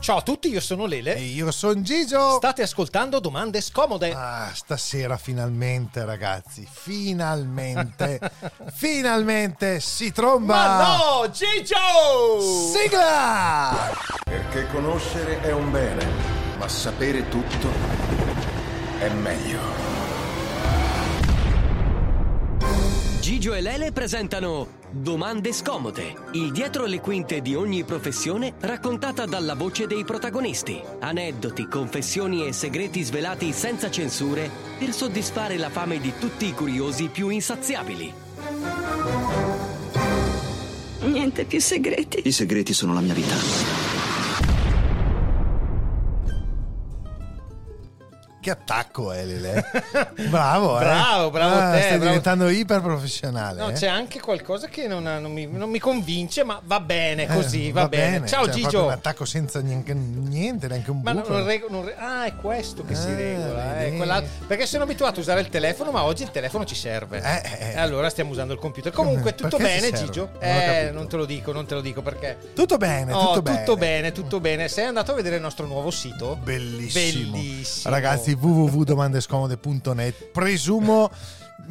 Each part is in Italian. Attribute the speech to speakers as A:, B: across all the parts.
A: Ciao a tutti, io sono Lele.
B: E io sono Gigio.
A: State ascoltando domande scomode.
B: Ah, stasera finalmente, ragazzi, finalmente, finalmente si tromba.
A: Ma no, Gigio!
B: Sigla!
C: Perché conoscere è un bene, ma sapere tutto è meglio.
D: Gigio e Lele presentano Domande scomode, il dietro le quinte di ogni professione raccontata dalla voce dei protagonisti. Aneddoti, confessioni e segreti svelati senza censure per soddisfare la fame di tutti i curiosi più insaziabili.
E: Niente più segreti.
F: I segreti sono la mia vita.
B: Che attacco, eh, Lele. Bravo, eh.
A: Bravo, bravo
B: Ah,
A: te,
B: Stai
A: bravo.
B: diventando eh. iper professionale.
A: No, cioè, c'è anche qualcosa che non, ha- non mi, non mi convince, ma va
B: Eh,
A: bene così, va, bene. Ciao Gigio.
B: cioè, Un attacco senza neanche, niente, neanche un
A: Ma non,
B: buco.
A: non rego- non re- ah, è questo che si
B: Ah,
A: regola. eh,
B: vedi.
A: quell'altro- perché sono abituato a usare il telefono, ma oggi il telefono ci serve.
B: Eh, eh.
A: E allora stiamo usando il computer. Comunque, tutto
B: Perché ci
A: bene,
B: serve?
A: Gigio?
B: Non ho
A: Eh,
B: capito.
A: non te lo dico, non te lo dico perché.
B: Tutto bene,
A: Oh,
B: tutto bene.
A: bene, tutto bene. Sei andato a vedere il nostro nuovo sito?
B: Bellissimo.
A: Bellissimo.
B: Ragazzi, www.domandescomode.net. Presumo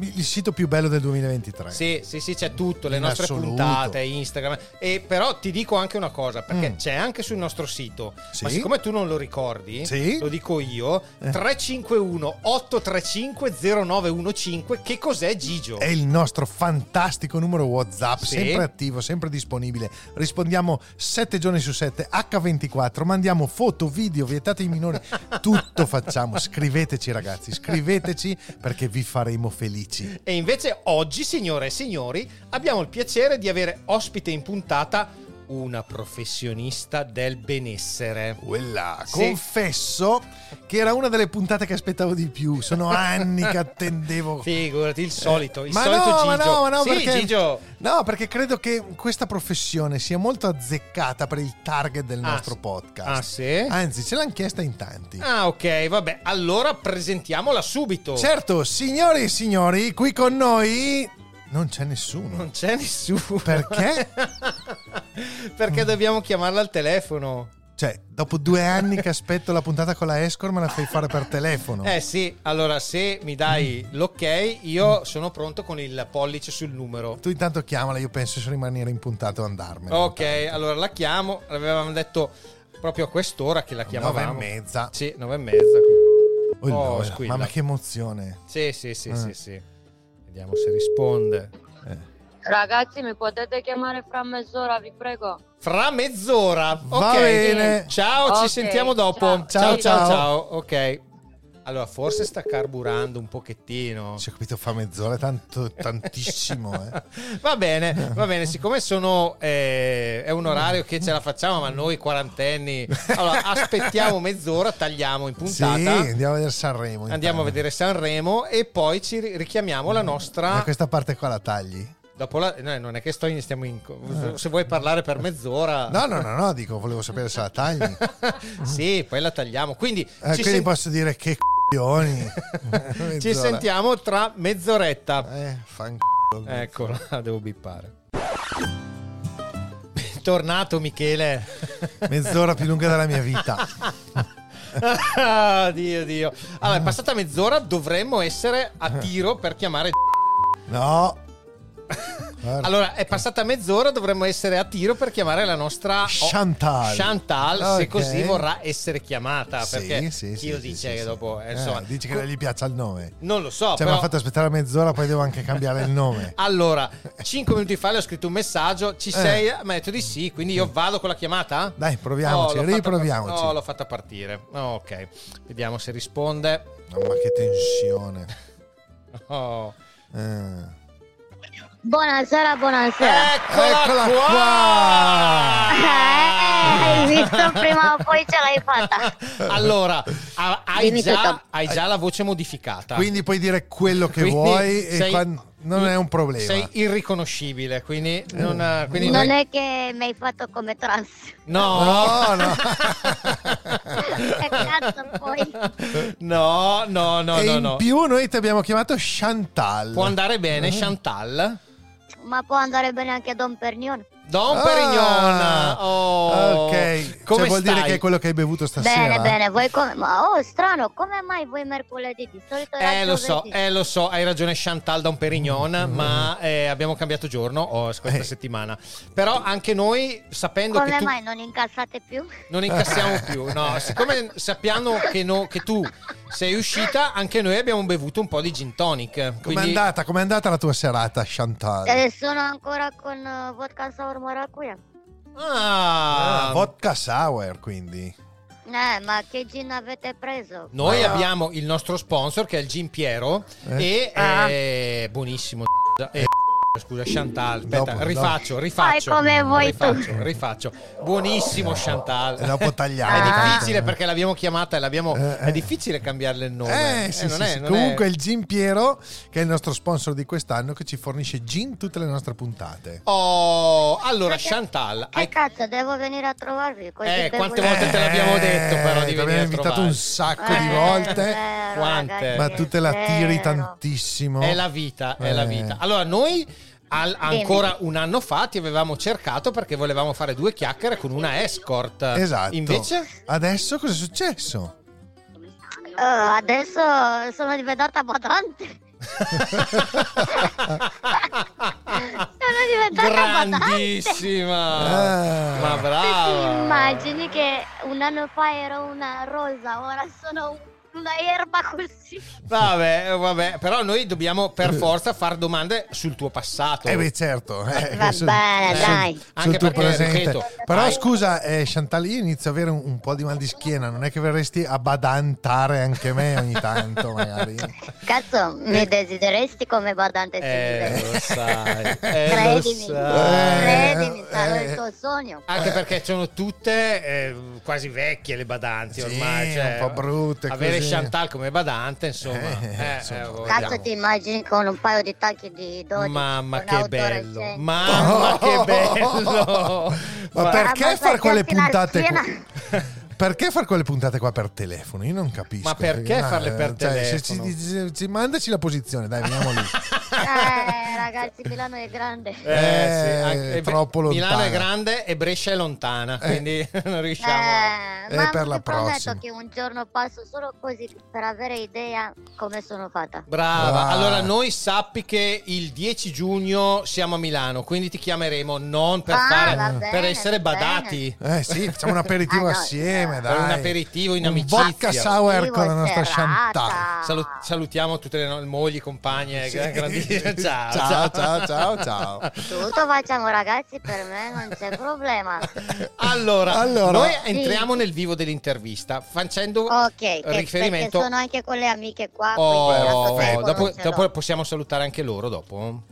B: il sito più bello del 2023.
A: Sì, sì, sì, c'è tutto, le
B: In
A: nostre
B: assoluto.
A: puntate, Instagram. E però ti dico anche una cosa, perché
B: Mm.
A: c'è anche sul nostro sito. Ma
B: Sì.
A: siccome tu non lo ricordi,
B: Sì. Eh.
A: lo dico io, 351 835 0915, che cos'è Gigio?
B: È il nostro fantastico numero WhatsApp,
A: Ecco. Sì.
B: sempre attivo, sempre disponibile. Rispondiamo 7 giorni su 7, H24. Mandiamo foto, video, vietate ai minori. Tutto facciamo. Scriveteci, ragazzi, scriveteci perché vi faremo felici.
A: E invece oggi, signore e signori, abbiamo il piacere di avere ospite in puntata una professionista del benessere.
B: Quella,
A: Sì.
B: confesso che era una delle puntate che aspettavo di più. Sono anni che attendevo.
A: Figurati, il solito, il
B: Eh. ma
A: solito
B: no,
A: Gigio.
B: Ma no, ma no,
A: sì,
B: perché,
A: Gigio.
B: No, perché credo che questa professione sia molto azzeccata per il target del
A: Ah,
B: nostro
A: sì.
B: podcast.
A: Ah, sì?
B: Anzi, ce l'hanno chiesta in tanti.
A: Ah, boh. ok, vabbè. Allora presentiamola subito.
B: Certo, signori e signori, qui con noi non c'è nessuno. Mm.
A: Non c'è nessuno.
B: Perché?
A: Perché dobbiamo chiamarla al telefono.
B: Cioè, dopo due anni che aspetto la puntata con la Escort, me la fai fare per telefono.
A: Eh sì, allora se mi dai
B: Mm.
A: l'ok, io sono pronto con il pollice sul numero.
B: Tu intanto chiamala, io penso di rimanere impuntato e andarmene.
A: Ok, allora la chiamo. Avevamo detto proprio a quest'ora che la chiamavamo.
B: Nove e mezza.
A: Sì, nove e mezza.
B: Oh, no,
A: Oh,
B: eh,
A: squilla.
B: mamma che emozione.
A: Sì, sì, sì,
B: Eh.
A: sì, sì. Vediamo se risponde.
G: Ragazzi, mi potete chiamare fra mezz'ora, vi prego.
A: Fra mezz'ora.
B: Va
A: ok.
B: bene.
A: Ciao, ci
G: Ok,
A: sentiamo dopo.
G: ciao.
A: Ciao, ciao,
B: Sì.
A: ciao, Ok. Allora, forse sta carburando un pochettino.
B: Ci ho capito, fa mezz'ora, tanto, tantissimo. Eh.
A: Va bene, va bene. Siccome sono, eh, è un orario che ce la facciamo, ma noi quarantenni. Allora, aspettiamo mezz'ora, tagliamo in puntata.
B: Sì, andiamo a vedere Sanremo.
A: Andiamo
B: intanto.
A: a vedere Sanremo e poi ci ri- richiamiamo la nostra.
B: Ma questa parte qua la tagli?
A: Dopo la- no, non è che sto in, stiamo in. co- Se vuoi parlare per mezz'ora.
B: Ah. No, no, no, no, dico, volevo sapere se la tagli. Eh,
A: sì, poi la tagliamo. Quindi,
B: quindi
A: sen-
B: posso dire che coglioni.
A: ci
B: Mezz'ora.
A: sentiamo tra mezz'oretta.
B: Eh, fan
A: Ecco, la devo bippare. Bentornato Michele.
B: Mezz'ora più lunga della mia vita.
A: Ah, Dio, Dio. Allora, è passata mezz'ora, dovremmo essere a
B: Eh.
A: tiro per chiamare.
B: No. Guarda.
A: Allora, è passata mezz'ora, dovremmo essere a tiro per chiamare la nostra oh,
B: Chantal.
A: Chantal, se
B: Ok.
A: così vorrà essere chiamata.
B: Sì,
A: Ah, Perché
B: sì,
A: chi
B: sì,
A: lo
B: sì,
A: dice
B: sì,
A: che
B: sì.
A: dopo. eh,
B: Eh,
A: insomma,
B: dici che non gli piaccia il nome.
A: non lo so.
B: Cioè, mi
A: però- Ah.
B: ha fatto aspettare mezz'ora, poi devo anche cambiare il nome.
A: Allora, 5 minuti fa le ho scritto un messaggio, ci
B: Eh.
A: sei? Mi ha detto di sì, quindi io vado con la chiamata? Oh,
B: Dai, proviamoci,
A: l'ho fatta
B: riproviamoci.
A: par- No, l'ho fatta partire. Oh, ok, vediamo se risponde.
B: Mamma che tensione.
A: Oh.
B: Eh.
G: Buonasera, buonasera.
A: Eccola,
B: Eccola
A: qua!
B: qua!
F: eh, visto, prima o poi ce l'hai fatta.
A: Allora, ha- hai
F: Dimmi tutto.
A: già, hai già la voce modificata.
B: Quindi puoi dire quello che
A: Quindi
B: vuoi e
A: sei-
B: quan- non è un problema.
A: Sei irriconoscibile,
B: Eh.
A: quindi non... Quindi
F: non
A: noi-
F: è che mi hai fatto come trans.
A: No, no,
F: Che cazzo poi?
A: no, no, no,
B: e
A: no,
B: in
A: no.
B: più Eh. noi ti abbiamo chiamato Chantal.
A: Può andare bene Chantal?
F: Ma può andare bene anche Don Perignon.
A: Don
B: Ah,
A: Perignon. Oh.
B: ok,
A: Come
B: cioè, vuol dire
A: stai?
B: che è quello che hai bevuto stasera.
F: Bene, bene, voi come... Ma oh, strano, come mai voi mercoledì? Di solito era
A: Eh lo so,
F: giovedì.
A: eh lo so, hai ragione Chantal da un Perignon,
B: Mm.
A: ma eh, abbiamo cambiato giorno oh, questa
B: Eh.
A: settimana. Però anche noi, sapendo che
F: Come
A: tu
F: mai non incassate più?
A: non incassiamo più, no, siccome sappiamo che, no- che tu sei uscita, anche noi abbiamo bevuto un po' di gin tonic.
B: Com'è
A: Quindi
B: andata? Com'è andata la tua serata, Chantal?
F: Eh, sono ancora con eh, vodka sour
B: Eh,
F: maracuja.
A: Ah,
B: Ah, vodka sour, quindi.
F: Eh, ma che gin avete preso?
A: Noi
F: Ah.
A: abbiamo il nostro sponsor che è il Gin Piero
B: Eh.
A: e
F: Ah.
A: è buonissimo. e- Scusa, Chantal, aspetta,
B: Dopo, dopo.
A: rifaccio, rifaccio.
F: Fai come vuoi tu.
A: rifaccio, rifaccio. Buonissimo Chantal.
B: Eh. E dopo eh. tagliamo.
A: È
F: Ah.
A: difficile perché l'abbiamo chiamata e l'abbiamo. È difficile cambiarle il nome.
B: Eh,
A: Eh,
B: sì,
A: non
B: sì,
A: è-
B: sì.
A: non è-
B: Comunque il Gin Piero, che è il nostro sponsor di quest'anno, che ci fornisce gin tutte le nostre puntate.
A: Oh, allora, Chantal,
F: Che
A: hai...
F: cazzo, devo venire a trovarvi? Così
A: Eh,
F: bevo
A: quante
F: io.
A: volte te l'abbiamo detto, però, di
B: ti
A: venire
B: abbiamo
A: a
B: invitato
A: trovare.
B: un sacco di
F: Eh,
B: volte,
F: vero,
A: Quante?
F: ragazzi,
B: ma tu te la
F: è
B: tiri
F: vero.
B: tantissimo.
A: è la vita, è la
B: Eh.
A: vita. Allora, noi al- ancora un anno fa ti avevamo cercato perché volevamo fare due chiacchiere con una escort.
B: Esatto.
A: Invece.
B: Adesso cosa è successo?
F: Eh, adesso sono diventata badante. sono diventata badante.
A: Grandissima!
B: Ah.
A: Ma
F: Ti
A: brava!
F: immagini che un anno fa ero una rosa, ora sono un- una erba così.
A: Vabbè, eh, vabbè, però noi dobbiamo per forza far domande sul tuo passato.
B: Eh beh, certo. eh,
F: Va
B: su-
F: bene,
A: Eh,
F: dai.
A: Anche
B: sul tuo
A: perché,
B: presente.
A: ripeto,
B: Però
A: hai-
B: scusa, eh, Chantal, io inizio ad avere un, un po' di mal di schiena. Non è che verresti a badantare anche me ogni tanto, magari?
F: Cazzo, mi desideresti come badante
A: Eh,
F: civile?
A: lo sai. eh, lo
F: Credimi,
A: sai.
F: credimi,
B: Eh,
F: sarò
B: eh.
F: il tuo sogno.
A: Anche perché sono tutte eh, quasi vecchie le badanti
B: Sì,
A: ormai. Cioè,
B: un po' brutte
A: Avere
B: così.
A: Chantal come badante, insomma.
B: Eh,
A: eh,
B: insomma.
A: eh, vogliamo.
F: Cazzo ti immagini con un paio di tacchi di 12
A: Mamma
F: con
A: che
F: autorescenze?
A: bello!
F: Ah,
A: Mamma che bello!
B: Ma perché
F: ma
B: fare quelle
F: tagliarti
B: puntate
F: la
B: qua?
F: schiena.
B: Perché fare quelle puntate qua per telefono? Io non capisco.
A: Ma perché farle per
B: cioè, se ci,
A: telefono?
B: dici- ci- mandaci la posizione, dai, veniamo lì.
F: Eh, ragazzi, Milano è grande.
A: Eh,
B: Eh,
A: sì, anche-
B: è troppo
A: Milano è
B: lontana.
A: grande e Brescia è lontana, quindi non riusciamo.
F: Eh,
B: Eh,
F: ma
B: per la
F: ti prometto
B: prossima.
F: che un giorno passo solo così per avere idea come sono fatta.
A: Brava,
B: Ah.
A: allora noi sappi che il 10 giugno siamo a Milano, quindi ti chiameremo non per,
F: Ah,
A: fare-
F: va bene,
A: per essere
F: va bene.
A: badati,
B: Eh sì, facciamo un aperitivo
F: Ah, no,
B: assieme,
F: eh.
B: dai.
A: un aperitivo in
B: Un
A: amicizia.
B: Vodka sour
F: Vivo
B: con la nostra
F: serrata.
B: Chantal.
A: Salu- salutiamo tutte le no- mogli, compagne,
B: Sì.
A: gra- grandissime. Ciao,
B: Eh, ciao, ciao, ciao, ciao.
F: Tutto facciamo ragazzi, per me non c'è problema.
A: Allora,
B: Allora.
A: noi
F: Sì.
A: entriamo nel vivo dell'intervista facendo
F: Ok, che, perché
A: riferimento.
F: sono anche con le amiche qua, quindi tanto
A: Oh,
F: tempo non
A: dopo,
F: ce
A: dopo
F: l'ho.
A: possiamo salutare anche loro dopo?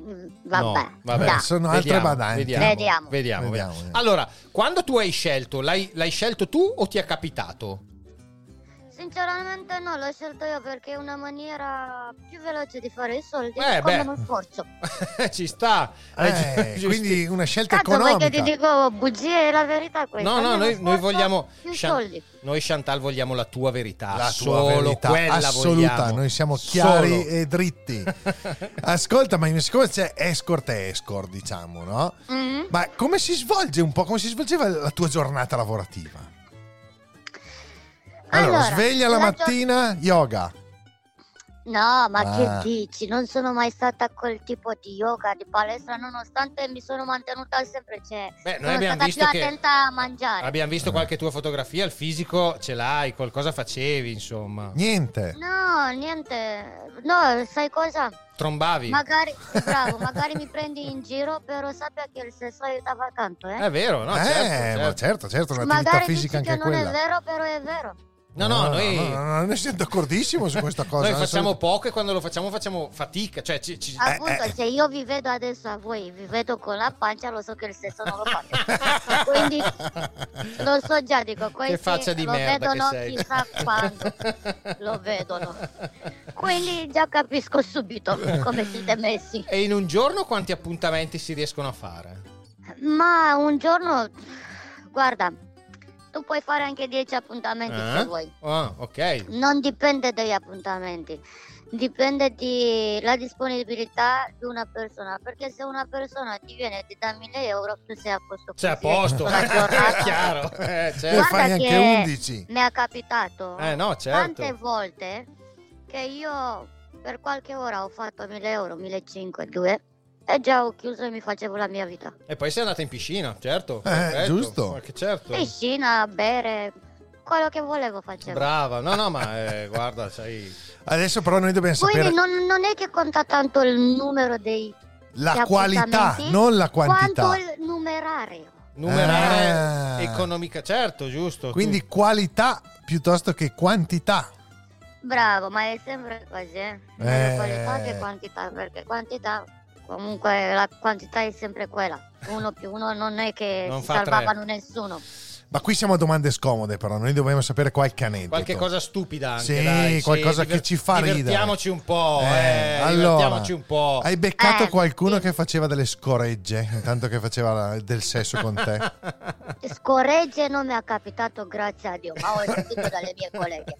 F: Mm, Vabbè,
A: No, vabbè.
F: dai.
B: Sono altre
A: Vediamo,
B: badanti.
A: Vediamo.
F: Vediamo.
A: Vediamo,
B: Vediamo,
A: vediamo.
B: eh.
A: Allora, quando tu hai scelto, l'hai, l'hai scelto tu o ti è capitato?
F: Sinceramente no, l'ho scelto io perché è una maniera più veloce di fare i soldi
A: Eh,
F: come
A: beh.
F: uno sforzo.
A: Ci sta.
B: Eh,
A: Giusti-
B: quindi una scelta
F: Cazzo, vuoi che ti
B: economica.
F: dico bugie è la verità questa.
A: No, no,
F: Meno
A: noi, noi
F: sforzo,
A: vogliamo.
F: più
A: Shan-
F: soldi.
A: noi, Chantal, vogliamo la tua verità.
B: La tua
A: solo
B: verità
A: quella
B: assoluta,
A: vogliamo.
B: noi siamo chiari
A: Solo.
B: e dritti. Ascolta, ma siccome c'è escort e escort, diciamo, no?
F: Mm.
B: Ma come si svolge un po', come si svolgeva la tua giornata lavorativa? Allora, sveglia la
F: gio-
B: mattina, yoga.
F: No, ma
B: Ah.
F: che dici? Non sono mai stata quel tipo di yoga, di palestra, nonostante mi sono mantenuta sempre, cioè,
A: Beh, noi
F: sono
A: abbiamo
F: stata
A: visto
F: più
A: che-
F: attenta a mangiare.
A: Abbiamo visto qualche tua fotografia, il fisico ce l'hai, qualcosa facevi, insomma.
B: Niente.
F: No, niente. No, sai cosa?
A: Trombavi.
F: Magari, bravo, magari mi prendi in giro, però sappia che il sesso aiutava tanto, eh.
A: È vero, no?
B: eh,
A: certo, certo.
B: ma certo, certo, un'attività
F: magari dici
B: fisica
F: che
B: anche
F: non è
B: quella.
F: vero, però è vero.
A: No, no, noi-
B: noi siamo d'accordissimo su questa cosa.
A: Noi
B: adesso-
A: facciamo poco e quando lo facciamo facciamo fatica. Cioè, ci- ci-
F: Appunto, se io vi vedo adesso a voi, vi vedo con la pancia, lo so che il sesso non lo fate. Quindi lo so già, dico, questi
A: faccia di
F: lo
A: merda che
F: vedono
A: sei.
F: chissà quando, lo vedono. Quindi già capisco subito come siete messi.
A: E in un giorno quanti appuntamenti si riescono a fare?
F: Ma un giorno, guarda, tu puoi fare anche 10 appuntamenti se
A: Eh?
F: vuoi.
A: Ah, ok.
F: Non dipende dagli appuntamenti, dipende dalla disponibilità di una persona. Perché se una persona ti viene e ti dà 1000 euro, tu sei a posto.
A: Cioè, a
F: così.
A: posto,
F: La giornata-
A: è chiaro. Eh, certo.
F: Guarda che Mi è capitato
A: Eh, no, certo.
F: tante volte che io per qualche ora ho fatto 1000 euro, 1500, 2 e già ho chiuso e mi facevo la mia vita.
A: E poi sei andata in piscina, certo.
B: Eh, giusto.
A: Perché certo.
F: Eh, Piscina, bere, quello che volevo facevo.
A: Brava, no, no, ma eh, guarda, sai.
B: Adesso però noi dobbiamo sapere
F: Quindi non, non è che conta tanto il numero dei
B: la
F: degli
B: qualità,
F: appuntamenti,
B: non la quantità.
F: Quanto il numerario.
A: Numerare
B: Ah.
A: economica, certo, giusto.
B: Quindi qualità piuttosto che quantità.
F: Bravo, ma è sempre così, eh.
B: Eh.
F: Qualità che quantità, perché quantità, comunque la quantità è sempre quella. Uno più uno non è che
B: Non
F: si
B: fa tre.
F: salvavano nessuno.
B: Ma qui siamo a domande scomode, però noi dobbiamo sapere qualche aneddoto.
A: Qualche cosa stupida anche,
B: Sì,
A: dai,
B: qualcosa
A: diver-
B: che ci fa ridere.
A: Divertiamoci un po', eh,
B: allora,
A: divertiamoci un po'.
B: hai beccato
F: Eh,
B: qualcuno che faceva delle scoregge, intanto che faceva la- del sesso con te?
F: Scorregge non mi è capitato, grazie a Dio, ma ho sentito dalle mie colleghe.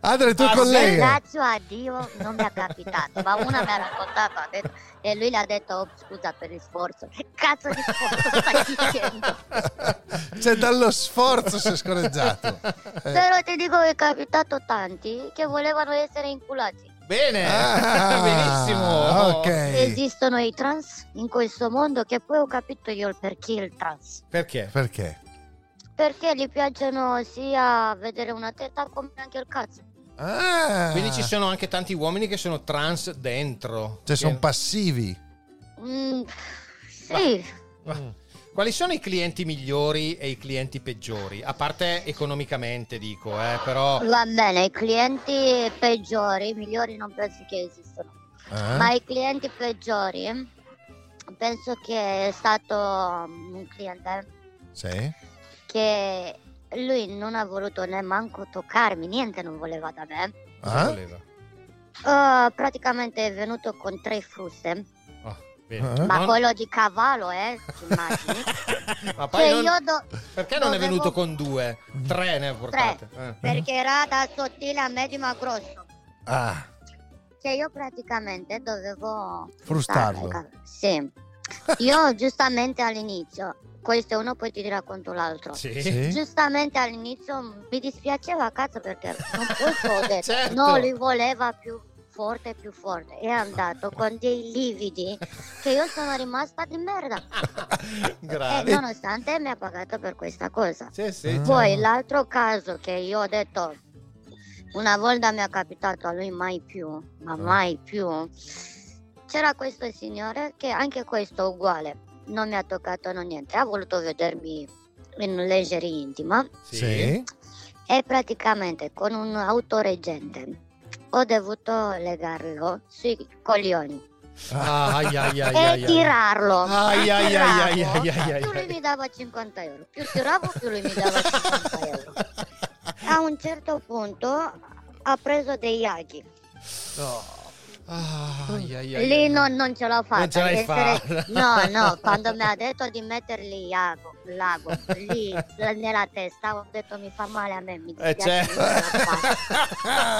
B: Ah, delle tue colleghe?
F: Grazie a Dio non mi è capitato, ma una mi ha raccontato ha detto- e lui le ha detto "Oh, scusa per il sforzo. Che cazzo di sforzo stai dicendo?
B: Cioè, dallo sforzo si è scoreggiato. Eh.
F: Però ti dico che è capitato tanti che volevano essere inculati.
A: Bene,
B: Ah,
A: benissimo.
B: ok.
F: Esistono i trans in questo mondo che poi ho capito io il perché il trans.
A: Perché?
B: Perché?
F: Perché gli piacciono sia vedere una testa come anche il cazzo.
A: Quindi ci sono anche tanti uomini che sono trans dentro.
B: Eh. Ah. Cioè, sono
A: Che-
B: passivi.
F: Mm, sì,
A: Quali sono i clienti migliori e i clienti peggiori? A parte economicamente, dico, eh, però.
F: va bene, i clienti peggiori, i migliori non penso che esistano.
A: Eh?
F: Ma i clienti peggiori, penso che è stato um, un cliente
B: Sì.
F: che lui non ha voluto neanche toccarmi, niente non voleva da me.
B: Ah.
A: Cosa voleva?
F: Eh, praticamente è venuto con tre fruste,
A: Ah, bene.
F: ma
A: Non-
F: quello di cavallo, eh, ti immagini?
A: ma poi
F: Cioè,
A: non-
F: io do-
A: Perché non è
F: dovevo-
A: venuto con due? Tre ne ha portate. Eh.
F: Perché era da sottile a medio ma grosso.
B: Ah,
F: Cioè io praticamente dovevo... Ah,
B: frustarlo.
F: Sì. Io giustamente all'inizio, questo è uno, poi ti racconto l'altro.
B: Sì. Sì.
F: Giustamente all'inizio mi dispiaceva cazzo perché non puoi fodere.
H: Certo.
F: No, lui voleva più forte, più forte. È andato con dei lividi che io sono rimasta di merda. E nonostante mi ha pagato per questa cosa.
A: Ah.
B: Ah,
A: sì,
F: Poi
A: certo.
F: l'altro caso che io ho detto, una volta mi è capitato a lui mai più, ma mai più. C'era questo signore che anche questo uguale, non mi ha toccato non niente, ha voluto vedermi in leggeria intima
B: Sì.
F: e praticamente con un autoreggente ho dovuto legarlo sui coglioni
A: Ah, ai, ai, ai,
F: e
A: ai, ai.
F: tirarlo.
A: Ai, ai,
F: Più
A: ai,
F: tiravo,
A: ai, ai, ai, ai,
F: più lui
A: ai.
F: mi dava 50 euro. Più tiravo, più lui mi dava 50 euro. A un certo punto ha preso dei aghi.
A: Ai, ai, ai,
F: Lì
A: ai.
F: non, non ce l'ho fatta.
A: Non ce l'hai
F: essere-
A: fatta.
F: No, no, quando mi ha detto di metterli l'ago, l'ago lì nella testa, ho detto mi fa male a me, mi
A: Eh,
F: dispiace,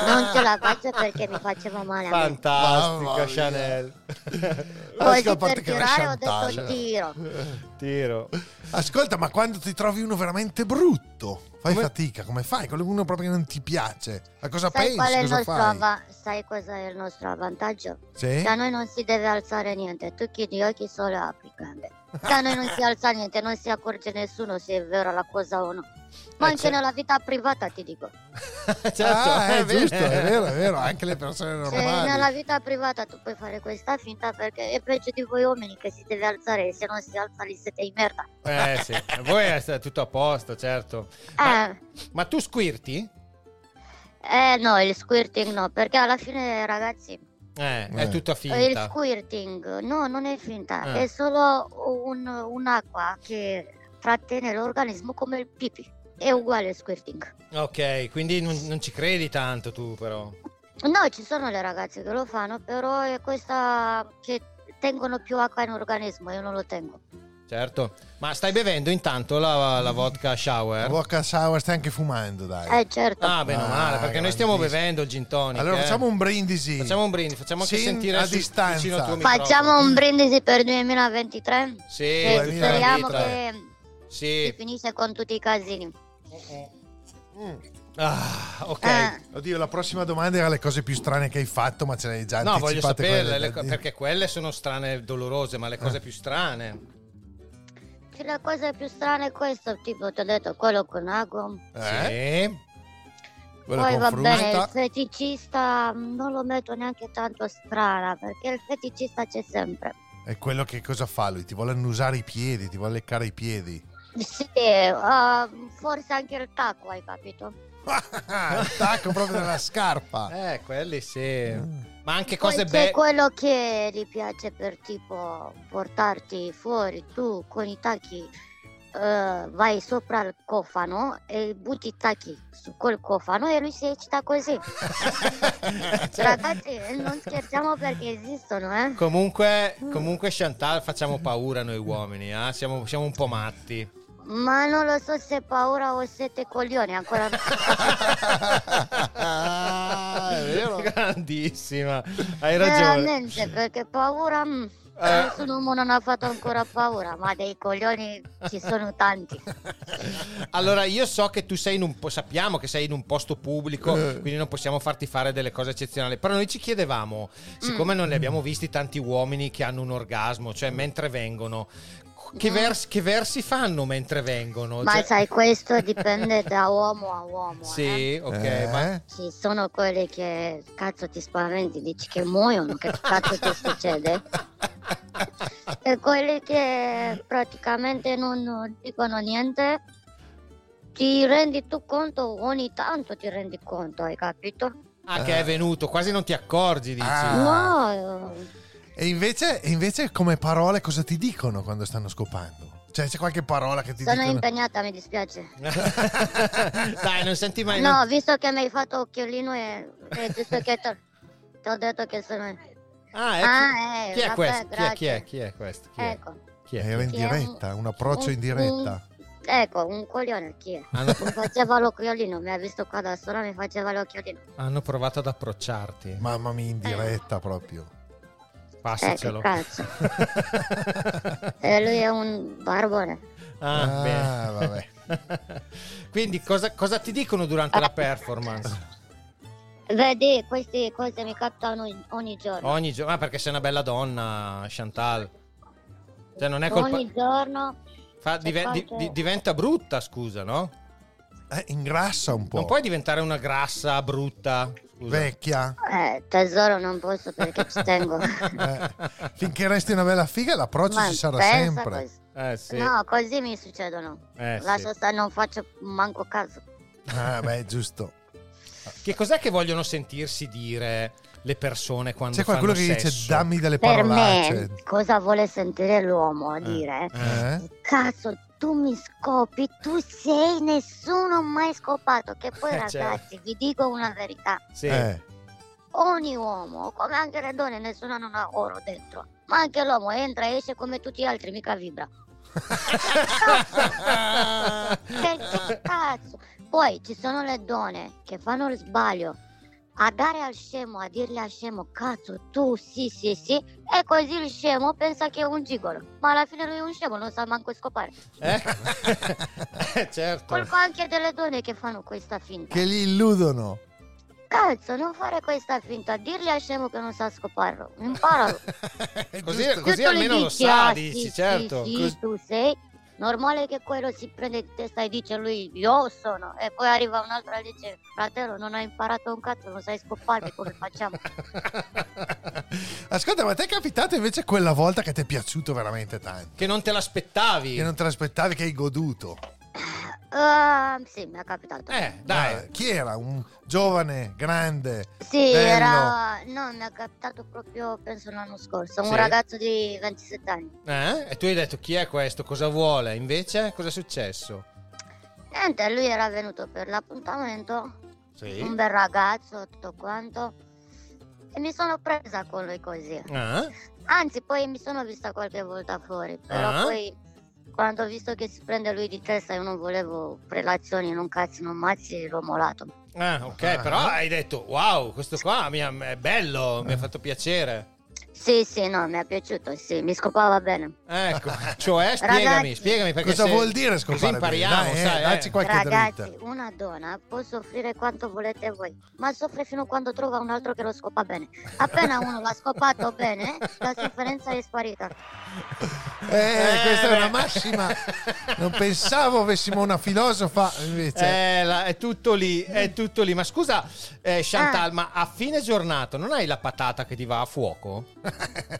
F: non ce la faccio perché mi faceva male a me.
A: Fantastica Chanel.
F: Poi
B: Anche la Ah,
F: per
B: parte che era
F: tirare ho detto
B: chantage.
F: tiro.
A: Tiro.
B: Ascolta, ma quando ti trovi uno veramente brutto, fai fatica, come fai? Con uno proprio che non ti piace. A cosa
F: Sai
B: pensi?
F: qual è il
B: cosa
F: nostro
B: fai?
F: ava- sai cosa è il nostro vantaggio?
B: Sì?
F: Da noi non si deve alzare niente, tu chiudi gli occhi solo apri gambe. Da noi non si alza niente, non si accorge nessuno se è vera la cosa o no. Ma
B: Eh,
F: anche
B: certo.
F: nella vita privata ti dico.
B: Ah,
A: è
B: è
A: vero.
B: giusto, è vero, è vero, anche le persone
F: Cioè,
B: normali.
F: nella vita privata tu puoi fare questa finta perché è peggio di voi uomini che si deve alzare e se non si alza lì siete in merda.
A: Eh sì, voi è tutto a posto, certo.
F: Eh,
A: Ma tu squirti?
F: Eh no, il squirting no, perché alla fine ragazzi
A: Eh, è tutta
F: il
A: finta.
F: squirting no, non è finta,
A: Eh.
F: è solo un- un'acqua che trattiene l'organismo come il pipì, è uguale al squirting.
A: Ok, quindi non, non ci credi tanto tu però.
F: No, ci sono le ragazze che lo fanno, però è questa che tengono più acqua in organismo, io non lo tengo.
A: Certo. Ma stai bevendo intanto la, la vodka shower?
B: Vodka sour, stai anche fumando, dai.
F: Eh certo.
A: Ah, bene o male, perché noi stiamo bevendo il gin tonic.
B: Allora
A: eh.
B: facciamo un brindisi.
A: Facciamo un brindisi, facciamo anche
B: Sin-
A: sentire
B: a
A: sul-
B: distanza.
A: vicino al tuo microfono.
F: Facciamo un brindisi per 2023
A: Sì,
F: e
A: tutti
F: Eh, speriamo
A: quanti, tre.
F: che si
A: Sì.
F: finisce con tutti i casini.
A: Ah, ok.
F: Eh.
B: Oddio, la prossima domanda era le cose più strane che hai fatto, ma ce l'hai già
A: No, voglio
B: anticipate quelle
A: saperle,
B: da
A: le co-
B: dire. Eh.
A: perché quelle sono strane e dolorose, ma le cose più strane.
F: Sì, Eh, La cosa più strana è questo, tipo ti ho detto quello con acqua.
A: Eh?
F: Poi va bene, il feticista mh, non lo metto neanche tanto strana, perché il feticista c'è sempre.
B: È quello che cosa fa lui? Ti vuole annusare i piedi, ti vuole leccare i piedi.
F: Sì, eh, forse anche il tacco, hai capito?
B: Ah, il tacco proprio della scarpa.
A: Eh, quelli sì. Ma anche
F: Poi
A: cose
F: c'è
A: belle.
F: quello che gli piace per tipo portarti fuori, tu con i tacchi eh, vai sopra il cofano e butti i tacchi su quel cofano e lui si eccita così.
A: Cioè,
F: Ragazzi, non scherziamo perché esistono, eh?
A: Comunque, comunque Chantal facciamo paura noi uomini, eh? siamo, siamo un po' matti.
F: Ma non lo so se paura o sette coglioni ancora.
A: Grandissima, hai ragione.
F: Veramente, perché paura. mm,
A: Eh.
F: Nessun uomo non ha fatto ancora paura, ma dei coglioni ci sono tanti.
A: Allora, io so che tu sei in un po', sappiamo che sei in un posto pubblico,
B: Eh.
A: quindi non possiamo farti fare delle cose eccezionali. Però noi ci chiedevamo, siccome non ne abbiamo visti tanti uomini che hanno un orgasmo, cioè mentre vengono, che, vers- che versi fanno mentre vengono?
F: Ma
A: Cioè-
F: sai, questo dipende da uomo a uomo. eh.
A: Sì, ok, ma
F: Ci sono quelli che cazzo ti spaventi, dici che muoiono, che cazzo ti succede? E quelli che praticamente non dicono niente, ti rendi tu conto, ogni tanto ti rendi conto, hai capito?
A: ah, che è venuto, quasi non ti accorgi, dici.
F: Ah. No, eh,
B: E invece, e invece come parole cosa ti dicono quando stanno scopando? Cioè c'è qualche parola che ti
F: sono
B: dicono?
F: impegnata, mi dispiace.
A: Dai, non senti mai
F: No, visto che mi hai fatto occhiolino e, e giusto che ti ti ho detto che sono...
A: Ah, ecco.
F: Ah, eh,
A: chi, è
F: vabbè,
A: questo? Chi, è, chi è?
F: grazie.
A: Chi è questo? Chi è?
F: Ecco.
A: Chi è?
B: Eh, Era in
F: Chi è un-
B: diretta, un approccio
F: un-
B: in diretta.
F: Ecco, un coglione chi è?
A: Hanno,
F: Mi faceva l'occhiolino, mi ha visto qua da sola, mi faceva l'occhiolino.
A: hanno provato ad approcciarti.
B: Mamma mia, in diretta
F: Ah.
B: proprio.
F: Eh, che
A: Passacelo.
F: cazzo. e lui è un barbone.
A: Ah,
B: Ah,
A: bene.
B: vabbè.
A: Quindi cosa, cosa ti dicono durante la performance?
F: Vedi, queste cose mi captano ogni, ogni giorno.
A: Ogni giorno, ah, perché sei una bella donna, Chantal. Cioè, non è colpa.
F: Ogni cioè, giorno.
A: fa- diven- di- di- diventa brutta, scusa, no?
B: Eh, ingrassa un po'.
A: Non puoi diventare una grassa, brutta. Scusa.
B: Vecchia.
F: Eh, tesoro non posso perché ci tengo.
B: Eh, finché resti una bella figa l'approccio
F: Ma
B: ci sarà
F: pensa
B: sempre.
F: cos-
A: Eh sì.
F: No, così mi succedono.
A: Eh, sì.
F: Lascia stare, non faccio manco caso.
B: Ah, beh, giusto.
A: Che cos'è che vogliono sentirsi dire le persone quando
B: C'è qualcuno
A: fanno
B: che dice
A: sesso?
B: dammi delle
F: Per
B: parolacce.
F: me, cosa vuole sentire l'uomo a dire?
A: Ah,
B: Eh?
F: Cazzo, tu mi scopi, tu sei nessuno mai scopato. Che poi,
A: Eh,
F: ragazzi,
A: certo.
F: vi dico una verità:
A: Sì.
B: Eh.
F: ogni uomo, come anche le donne, nessuno non ha oro dentro. Ma anche l'uomo entra e esce come tutti gli altri, mica vibra. Perché cazzo? Poi Păi, ci sono le donne che fanno lo sbaglio a dare al scemo, a dirgli al scemo, cazzo, tu sì, sì, sì, e così il scemo pensa che è un gigolo, ma alla fine lui è un scemo, non sa manco scopare.
A: Eh? Eh, certo.
F: Colpa anche delle donne che fanno questa finta.
B: Che li illudono.
F: Cazzo, non fare questa finta, dirgli al scemo che non sa scoparlo, imparalo.
A: Così,
B: Giusto.
A: così
F: Tu le
A: almeno lo
F: dici,
A: sa,
F: ah,
A: dici,
F: sì, sì,
A: certo.
F: sì,
A: Cos-
F: tu sei normale che quello si prende di testa e dice lui io sono e poi arriva un altro e dice fratello non hai imparato un cazzo, non sai scoparmi come facciamo?
B: Ascolta, ma ti è capitato invece quella volta che ti è piaciuto veramente tanto?
A: Che non te l'aspettavi.
B: Che non te l'aspettavi, che hai goduto.
F: Ehm, sì, mi è capitato.
A: Eh,
B: dai. Ah, chi era? Un giovane, grande?
F: Sì,
B: bello?
F: era. No, mi è capitato proprio, penso, l'anno scorso.
A: Sì?
F: Un ragazzo di 27 anni.
B: Ah.
A: Eh? E tu hai detto chi è questo, cosa vuole? Invece, cosa è successo?
F: Niente, lui era venuto per l'appuntamento.
A: Sì.
F: Un bel ragazzo, tutto quanto. E mi sono presa con lui così.
A: Ah?
F: Anzi, poi mi sono vista qualche volta fuori, però
A: Ah.
F: poi quando ho visto che si prende lui di testa io non volevo relazioni, non cazzi, non mazzi, l'ho molato.
A: Ah, ok, però hai detto wow, questo qua mi ha- è bello, mi ha fatto piacere.
F: Sì, sì, no, mi è piaciuto, sì, mi scopava bene.
A: Ecco, cioè spiegami,
F: Ragazzi.
A: spiegami perché
B: Cosa
A: se-
B: vuol dire
A: così
B: scopare bene?
A: impariamo,
B: Dai, eh,
A: sai, eh.
B: dacci qualche
F: Ragazzi,
B: dritta.
F: una donna può soffrire quanto volete voi, ma soffre fino a quando trova un altro che lo scopa bene. Appena uno l'ha scopato bene, la sofferenza è sparita.
B: Eh, questa è una
A: beh.
B: massima. Non pensavo avessimo una filosofa, invece.
A: Eh, la- è tutto lì, è tutto lì. Ma scusa, eh, Chantal, ma a fine giornata non hai la patata che ti va a fuoco?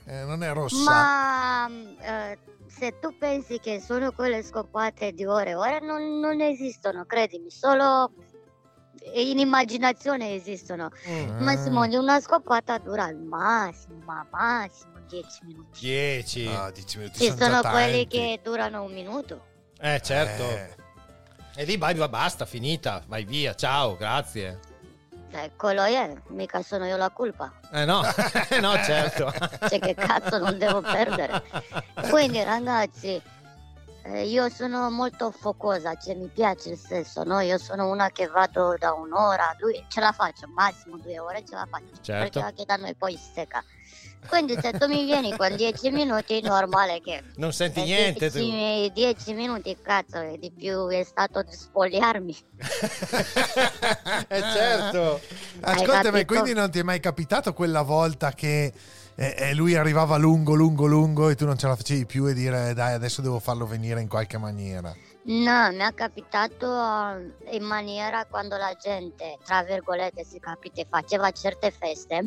B: Eh, non è rossa.
F: Ma eh, se tu pensi che sono quelle scopate di ore e ore, non, non esistono, credimi, solo in immaginazione esistono. Massimo, di una scopata dura al massimo, ma massimo 10 minuti.
A: 10.
B: Ah, 10 minuti
F: Ci sono quelli che durano un minuto.
A: Eh, certo. E lì vai, va, basta, finita, vai via, ciao, grazie.
F: Eccolo Cioè, è, mica sono io la colpa.
A: Eh no, Eh, no, certo.
F: Cioè che cazzo non devo perdere. Quindi ragazzi, eh, io sono molto focosa, cioè mi piace il sesso, no? Io sono una che vado da un'ora, due, ce la faccio, massimo due ore ce la faccio.
H: Certo.
F: Perché anche da noi poi secca. Quindi se tu mi vieni con dieci minuti, è normale che... eh,
A: Non senti niente tu.
F: Dieci, dieci minuti, cazzo, è di più è stato di spogliarmi.
A: Eh, certo.
B: Ascoltami,
F: capito?
B: quindi non ti è mai capitato quella volta che eh, eh, lui arrivava lungo, lungo, lungo e tu non ce la facevi più e dire dai, adesso devo farlo venire in qualche maniera.
F: No, mi è capitato eh, in maniera quando la gente, tra virgolette, si capite, faceva certe feste,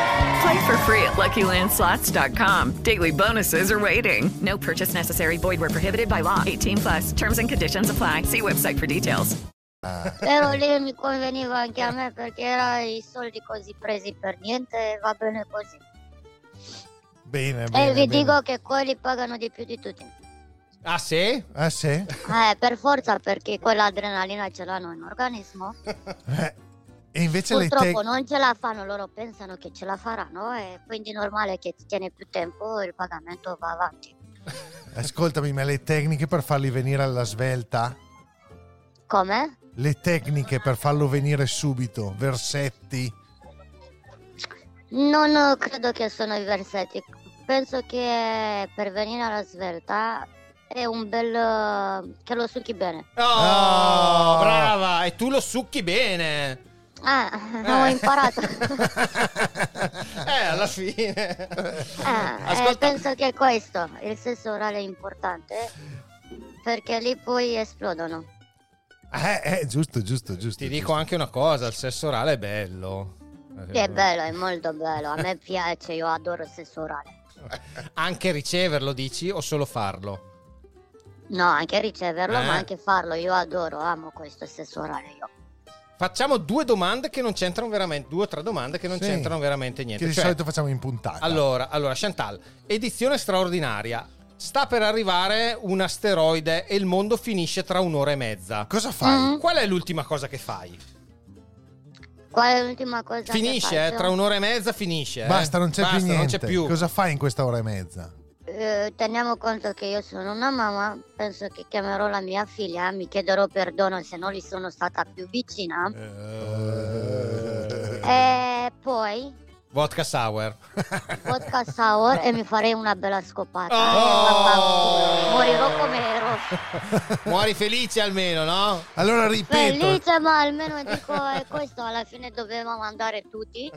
I: Play for free at LuckyLandSlots.com. Daily bonuses are waiting. No purchase necessary. Void where prohibited by law. 18 plus terms and conditions apply. See website for details.
F: Però lì mi conveniva anche a me perché era i soldi così presi per niente, va bene così.
B: Bene,
F: e Eh, vi dico che quelli pagano di più di tutti.
A: Ah, sì?
B: Ah, sì?
F: Eh, per forza perché quell'adrenalina ce l'hanno in organismo.
B: E invece lei te...
F: Purtroppo non ce la fanno, loro pensano che ce la faranno e quindi è normale che ti tiene più tempo il pagamento va avanti.
B: Ascoltami, ma le tecniche per farli venire alla svelta?
F: Come?
B: Le tecniche per farlo venire subito? Versetti?
F: Non eh, credo che sono i versetti. Penso che per venire alla svelta è un bel... eh, che lo succhi bene.
A: Oh,
B: Ah.
A: brava! E tu lo succhi bene.
F: Ah, ho imparato. Eh,
A: Eh, alla fine.
F: Ah, eh, penso che questo, il sesso orale è importante perché lì poi esplodono.
B: Eh, eh, giusto, giusto, giusto.
A: Ti dico anche una cosa, il sesso orale è bello.
F: Sì,
A: Esatto.
F: è bello, è molto bello, a me piace, io adoro il sesso orale.
A: Anche riceverlo, dici, o solo farlo?
F: No, anche riceverlo,
A: Eh.
F: ma anche farlo, io adoro, amo questo sesso orale io.
A: Facciamo due domande che non c'entrano veramente, due o tre domande che non
B: Sì.
A: c'entrano veramente niente.
B: Che di
A: Cioè,
B: solito facciamo in puntata.
A: allora, allora, Chantal, edizione straordinaria. Sta per arrivare un asteroide e il mondo finisce tra un'ora e mezza.
F: Mm.
B: Cosa fai?
A: Qual è l'ultima cosa che fai?
F: Qual è l'ultima cosa? che
A: Finisce, eh,
F: faccio?
A: tra un'ora e mezza finisce. eh.
B: Basta, non c'è più
A: Basta,
B: niente.
A: non c'è più.
B: Cosa fai in questa ora e mezza?
F: Eh, teniamo conto che io sono una mamma, penso che chiamerò la mia figlia, mi chiederò perdono se non gli sono stata più vicina. E poi
A: Vodka sour.
F: vodka sour e mi farei una bella scopata. Eh,
A: Oh!
F: Morirò come ero.
A: Muori felice almeno, no?
B: Allora
F: Felice, ma almeno dico è questo, alla fine dovevamo andare tutti.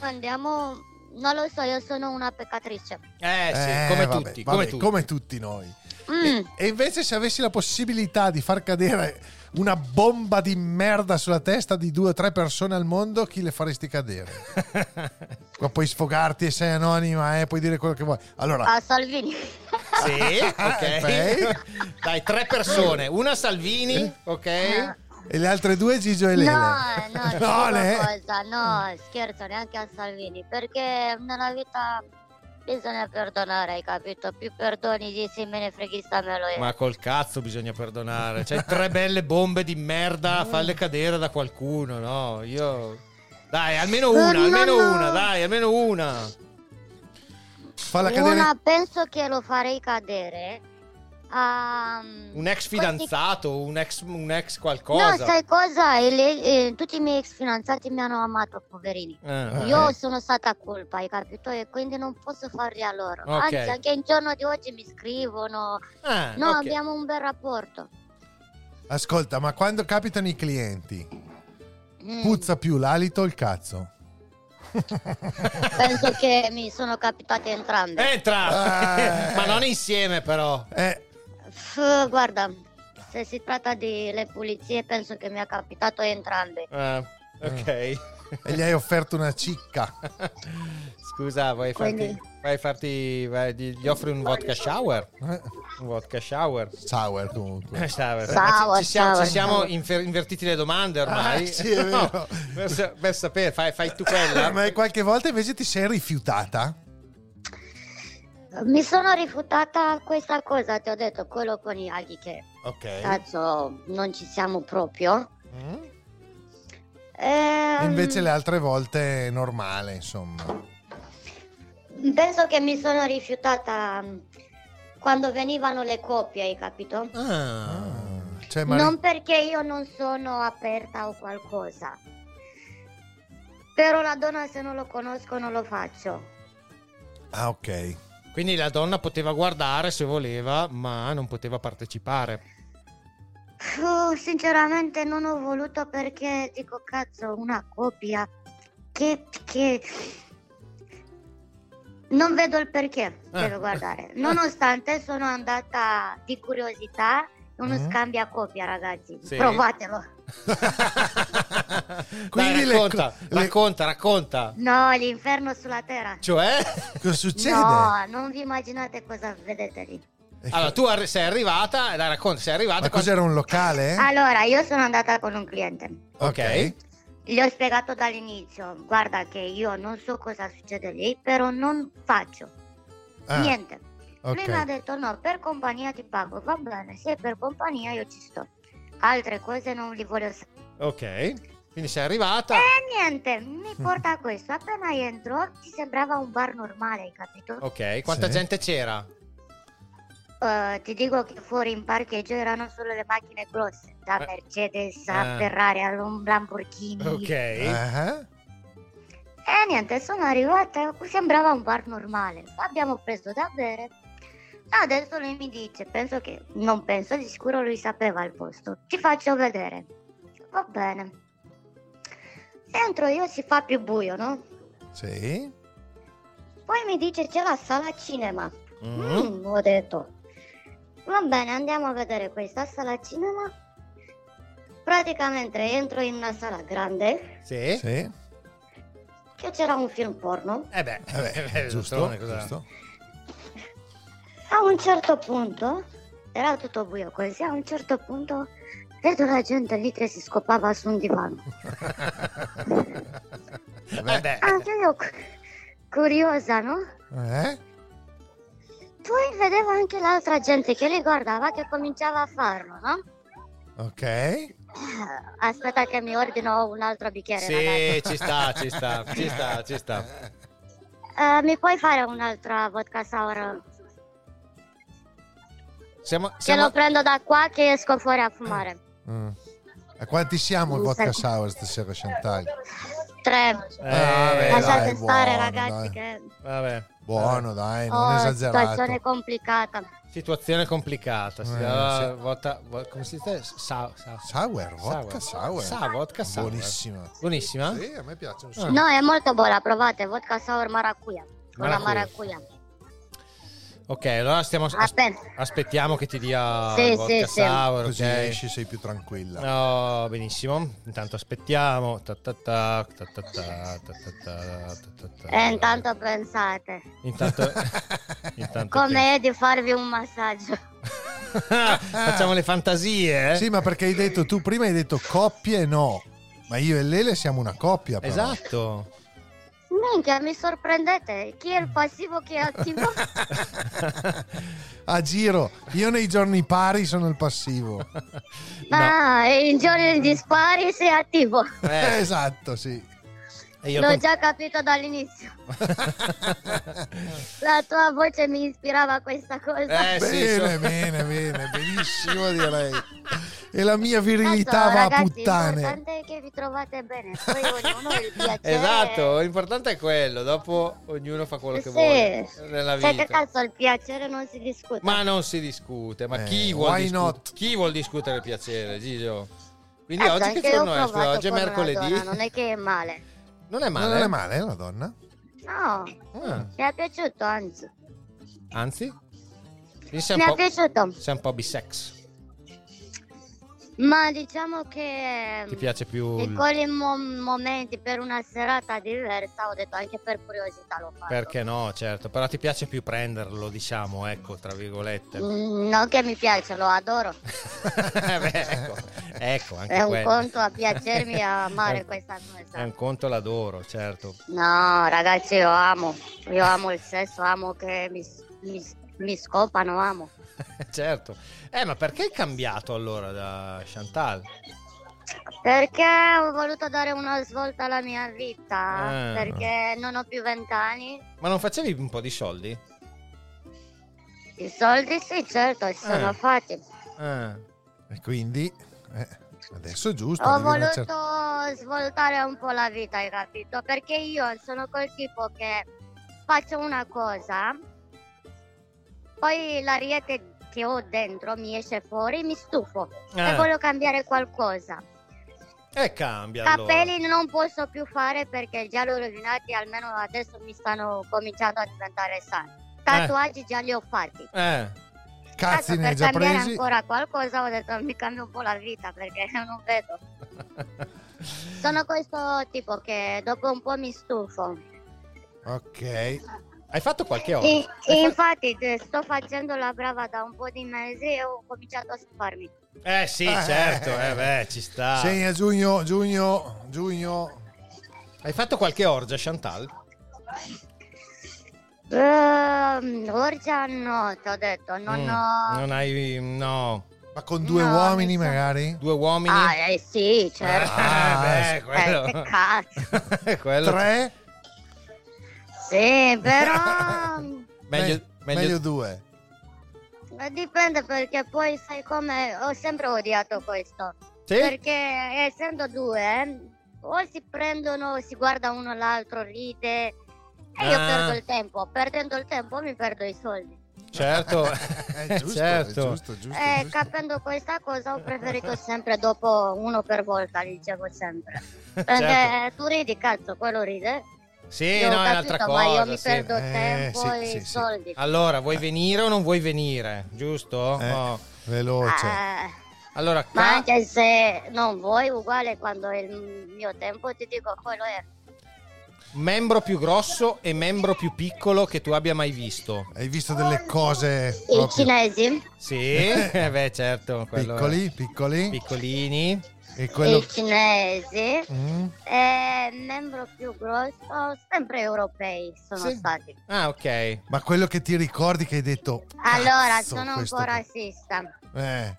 F: Andiamo, non lo so, io sono una peccatrice.
A: Eh sì,
B: Eh,
A: come,
B: vabbè,
A: tutti,
B: vabbè,
A: come tutti.
B: come tutti noi.
F: Mm.
B: E invece se avessi la possibilità di far cadere una bomba di merda sulla testa di due o tre persone al mondo, chi le faresti cadere? Qua puoi sfogarti e sei anonima, eh, puoi dire quello che vuoi. Allora,
F: A Salvini.
A: Sì,
B: Eh, Ok.
A: ok. Dai, tre persone. Una Salvini,
F: Eh.
A: ok?
B: e le altre due Gigio e Lele.
F: No, no, ti dico
B: ne-
F: cosa, no, scherzo, neanche a Salvini, perché nella vita bisogna perdonare, hai capito? Più perdoni dici me ne freghista me lo è.
A: Ma col cazzo bisogna perdonare. C'hai tre belle bombe di merda,
F: Eh.
A: falle cadere da qualcuno, no? Io... Dai, almeno una,
F: Eh, no,
A: almeno
F: no.
A: una, dai, almeno una.
B: Falla cadere.
F: Una penso che lo farei cadere. a-
A: Un ex fidanzato, un ex, un ex qualcosa.
F: No, sai cosa? E le- eh, tutti i miei ex fidanzati mi hanno amato, poverini.
A: Eh,
F: Io
A: eh.
F: sono stata colpa, hai capito? E quindi non posso farli a loro.
A: Ok.
F: Anzi, anche il giorno di oggi mi scrivono.
A: Ah,
F: no,
A: ok.
F: abbiamo un bel rapporto.
B: Ascolta, ma quando capitano i clienti,
F: Mm.
B: puzza più l'alito o il cazzo?
F: Penso che mi sono capitate entrambe.
A: Entra! Ma non insieme però.
B: Eh,
F: F- guarda, se si tratta di le pulizie, penso che mi è capitato entrambe.
A: Ah, ok.
B: e gli hai offerto una cicca.
A: Scusa, vuoi farti,
F: Quindi-
A: vai farti vai- gli gli offri un vodka shower?
B: Eh,
A: Un vodka shower. Eh,
B: Sour comunque.
A: Shower.
F: Sour,
A: ci, siamo,
F: sour,
A: ci siamo
F: sour.
A: infer- invertiti le domande ormai.
B: Ah, sì, è
A: No,
B: vero.
A: per, sa- per sapere, fai, fai tu quella.
B: Eh, Ma qualche volta invece ti sei rifiutata?
F: Mi sono rifiutata questa cosa, ti ho detto, quello con i aghi che
A: Ah.
B: Ok.
F: cazzo non ci siamo proprio.
B: E
F: Ehm,
B: Mm? invece le altre volte è normale, insomma.
F: Ehm, Penso che mi sono rifiutata mm, quando venivano le coppie, hai capito?
A: Ah.
B: Ah, Cioè, ma
F: Non perché io non sono aperta o qualcosa. Però la donna se non lo conosco non lo faccio.
B: Ah, ok.
A: Quindi la donna poteva guardare se voleva, ma non poteva partecipare.
F: Fu- sinceramente non ho voluto perché dico cazzo, una coppia che, che... Non vedo il perché, devo guardare. Nonostante sono andata di curiosità, uno
B: Mm.
F: scambio a coppia ragazzi,
A: Sì.
F: provatelo.
B: Quindi
A: Dai,
B: le
A: racconta,
B: co- le-
A: racconta, racconta.
F: No, l'inferno sulla terra.
A: Cioè,
B: Cosa succede?
F: No, non vi immaginate cosa vedete lì.
B: E
A: allora
B: co-
A: tu arri- sei arrivata, la racconta, sei arrivata.
B: ma
A: quando-
B: cos'era un locale? Eh,
F: Allora, io sono andata con un cliente.
A: Ok.
F: Gli ho spiegato dall'inizio, guarda che io non so cosa succede lì, però non faccio
B: Ah,
F: niente. Lui mi ha
B: ok.
F: detto no, per compagnia ti pago, va bene, se è per compagnia io ci sto. Altre cose non li voglio sapere.
A: Ok. Quindi sei arrivata.
F: E niente, mi
A: Mm.
F: porta a questo. Appena entro ci sembrava un bar normale, hai capito?
A: Ok, quanta
B: Sì.
A: gente c'era? Oh.
F: Eh, ti dico che fuori in parcheggio erano solo le macchine grosse, da
A: Eh.
F: Mercedes a
A: Eh.
F: Ferrari a Lamborghini.
A: Ok.
B: Ah,
F: E Eh, niente, sono arrivata, sembrava un bar normale. Abbiamo preso da bere. Adesso lui mi dice, penso che, non penso, di sicuro lui sapeva il posto. Ti faccio vedere. Va bene. Entro io, si fa più buio, no?
B: Sì.
F: Poi mi dice c'è la sala cinema.
A: Mm.
F: Mm, ho detto. Va bene, andiamo a vedere questa sala cinema. Praticamente entro in una sala grande
A: Sì.
B: Sì.
F: che c'era un film porno.
A: Eh beh,
B: Vabbè, giusto,
A: d'altrone cosa-
B: giusto.
F: A un certo punto, era tutto buio così, a un certo punto vedo la gente lì che si scopava su un divano.
A: Eh beh.
F: Anche io, Ah, cu- curiosa, no?
B: Eh?
F: Poi vedevo anche l'altra gente che li guardava che cominciava a farlo, no?
B: Ok.
F: Aspetta che mi ordino un altro bicchiere.
A: Sì, ci sta, ci sta, ci sta, ci sta.
F: ragazzi. Eh, mi puoi fare un'altra vodka sour?
A: Siamo,
F: Che
A: siamo-
F: lo prendo da qua che esco fuori a fumare.
B: Mm. A quanti siamo il vodka sour stasera, Chantal?
F: Tre.
B: Eh, vabbè,
F: Lasciate
B: dai,
F: stare
B: buono,
F: ragazzi
B: dai.
F: che
A: Eh, Vabbè.
B: Buono, dai, non
F: oh, situazione
B: esagerate.
F: complicata.
A: Situazione complicata. si
B: Eh,
A: chiama
B: sì.
A: vodka- vo- come si dice? Sa, sa-
B: Sour, vodka sour.
A: Sa, vodka sour.
B: Buonissima.
A: Buonissima?
B: Sì, a me piace. un
A: Ah.
B: sacco.
F: No, è molto buona, provate, vodka sour maracuja. Con la
A: Maracuja.
F: maracuja.
A: Ok, allora stiamo as-
F: Aspetta.
A: aspettiamo che ti dia
F: Sì,
A: il
F: sì,
A: vodka
F: sì.
A: sour,
B: Così
A: ok?
B: esci, sei più tranquilla.
A: No, Oh, benissimo. Intanto aspettiamo. Ta ta ta, ta ta ta, ta ta ta, ta ta ta.
F: E Eh, intanto pensate,
A: Intanto, intanto
F: come è di farvi un massaggio?
A: facciamo le fantasie. eh?
B: Sì, ma perché hai detto tu prima hai detto coppie no. Ma io e Lele siamo una coppia, però.
A: Esatto.
F: Minchia, mi sorprendete. Chi è il passivo, chi è attivo?
B: A giro, io nei giorni pari sono il passivo.
F: Ma Ah, in giorni dispari sei attivo.
A: Eh.
B: esatto, sì.
A: E io
F: L'ho
A: con-
F: già capito dall'inizio. La tua voce mi ispirava a questa cosa.
A: Eh, sì,
B: bene,
A: so-
B: bene, bene, benissimo direi. E la mia virilità va
F: Tanto,
B: a
F: Ecco, ragazzi,
B: puttane.
F: L'importante è che vi trovate bene. Poi ognuno ha il piacere.
A: Esatto, l'importante è quello, dopo ognuno fa quello che
F: Eh, Sì.
A: vuole eh, nella
F: Cioè, che
A: vita.
F: cazzo, il piacere non si discute.
A: Ma non si discute, ma
B: Eh,
A: chi, vuol
B: why
A: discu-
B: not?
A: chi vuol discutere il piacere, Gigio? Quindi
F: Cazzo,
A: oggi
F: Ecco, anche
A: che
F: io ho
A: giorno è? Scusa,
F: provato
A: Oggi è
F: con una
A: mercoledì?
F: donna, non è che è male.
A: Non è male?
B: Non è male, eh, la donna?
F: No,
A: Ah,
F: mi è piaciuto, anzi.
A: anzi? Quindi sei
F: Mi
A: un
F: è
A: po',
F: piaciuto.
A: sei un po' bisex.
F: Ma diciamo che...
A: Ti piace più
F: In
A: il-
F: quei mo- momenti per una serata diversa ho detto anche per curiosità lo faccio.
A: Perché no, certo, però ti piace più prenderlo, diciamo, ecco, tra virgolette.
F: Mm, non che mi piace, lo adoro.
A: Beh, ecco, ecco, anche
F: È un
A: quello.
F: conto a piacermi e a amare questa
A: È
F: cosa.
A: un conto l'adoro, certo.
F: No, ragazzi, io amo. Io amo il sesso, amo che mi, mi, mi scopano, amo.
A: certo. Eh, ma perché hai cambiato allora da Chantal?
F: Perché ho voluto dare una svolta alla mia vita.
A: Ah.
F: Perché non ho più vent'anni.
A: Ma non facevi un po' di soldi?
F: I soldi sì, certo, si sono
A: Ah.
F: fatti.
A: Ah.
B: Eh, E quindi eh, adesso è giusto.
F: Ho
B: arriva una
F: voluto
B: certa-
F: svoltare un po' la vita, hai capito? Perché io sono quel tipo che faccio una cosa, poi l'ariete che ho dentro mi esce fuori, mi stufo
A: Eh.
F: e voglio cambiare qualcosa.
A: E cambia allora.
F: Capelli non posso più fare perché già li ho rovinati, almeno adesso mi stanno cominciando a diventare sani. Tatuaggi già li ho fatti.
A: Eh,
F: Cazzo,
B: Cazzi, ne
F: per
B: hai già
F: cambiare
B: presi?
F: ancora qualcosa ho detto mi cambio un po' la vita perché non vedo. Sono questo tipo che dopo un po' mi stufo.
B: Ok.
A: hai fatto qualche ora?
F: E- e infatti eh, sto facendo la brava da un po' di mesi e ho cominciato a stufarmi.
A: Eh sì,
B: Ah,
A: certo, eh beh, ci sta.
B: Sei a giugno, giugno, giugno.
A: Hai fatto qualche orgia, Chantal?
F: Ehm, Orgia no, ti ho detto, non
A: Mm,
F: ho...
A: non hai... no.
B: Ma con due
F: No,
B: uomini
F: mi sa-
B: magari?
A: Due uomini?
F: Ah, eh sì, certo.
A: Ah,
B: Ah,
A: beh,
F: Eh, che
A: quello...
F: cazzo.
A: quello...
B: Tre?
F: Sì, però...
A: Meglio,
B: Me-
A: meglio-
B: meglio due.
F: eh, Dipende perché poi sai come ho sempre odiato questo.
A: Sì?
F: Perché essendo due, o si prendono, si guarda uno l'altro, ride. E io
A: Ah.
F: perdo il tempo. Perdendo il tempo mi perdo i soldi.
A: Certo.
B: È giusto,
A: certo.
B: è giusto, giusto.
F: e
B: giusto.
F: Eh, capendo questa cosa ho preferito sempre dopo uno per volta, li dicevo sempre. Perché
A: certo.
F: tu ridi, cazzo, quello ride.
A: Sì,
F: Io ho
A: no, è
F: capito,
A: un'altra
F: ma
A: cosa.
F: io mi
A: sì.
F: perdo
B: Eh,
F: tempo
B: sì,
F: e
B: sì, sì.
F: soldi.
A: Allora, vuoi venire o non vuoi venire? Giusto?
B: Eh,
A: Oh.
B: Veloce.
A: cioè,
F: Eh,
A: Allora, ca-
F: ma anche se non vuoi, uguale quando è il mio tempo, ti dico quello è.
A: membro più grosso e membro più piccolo che tu abbia mai visto.
B: Hai visto delle cose
F: I
B: proprio
F: cinesi,
A: Sì, eh beh, certo. quello è.
B: piccoli, piccoli
A: Piccolini.
B: e quello
F: i cinesi,
B: Mm,
F: Eh, membro più grosso, sempre europei sono
A: Sì.
F: stati.
A: Ah, ok.
B: ma quello che ti ricordi che hai detto
F: Allora,
B: "Cazzo,
F: sono un
B: questo
F: po'
B: qua".
F: razzista.
B: Eh,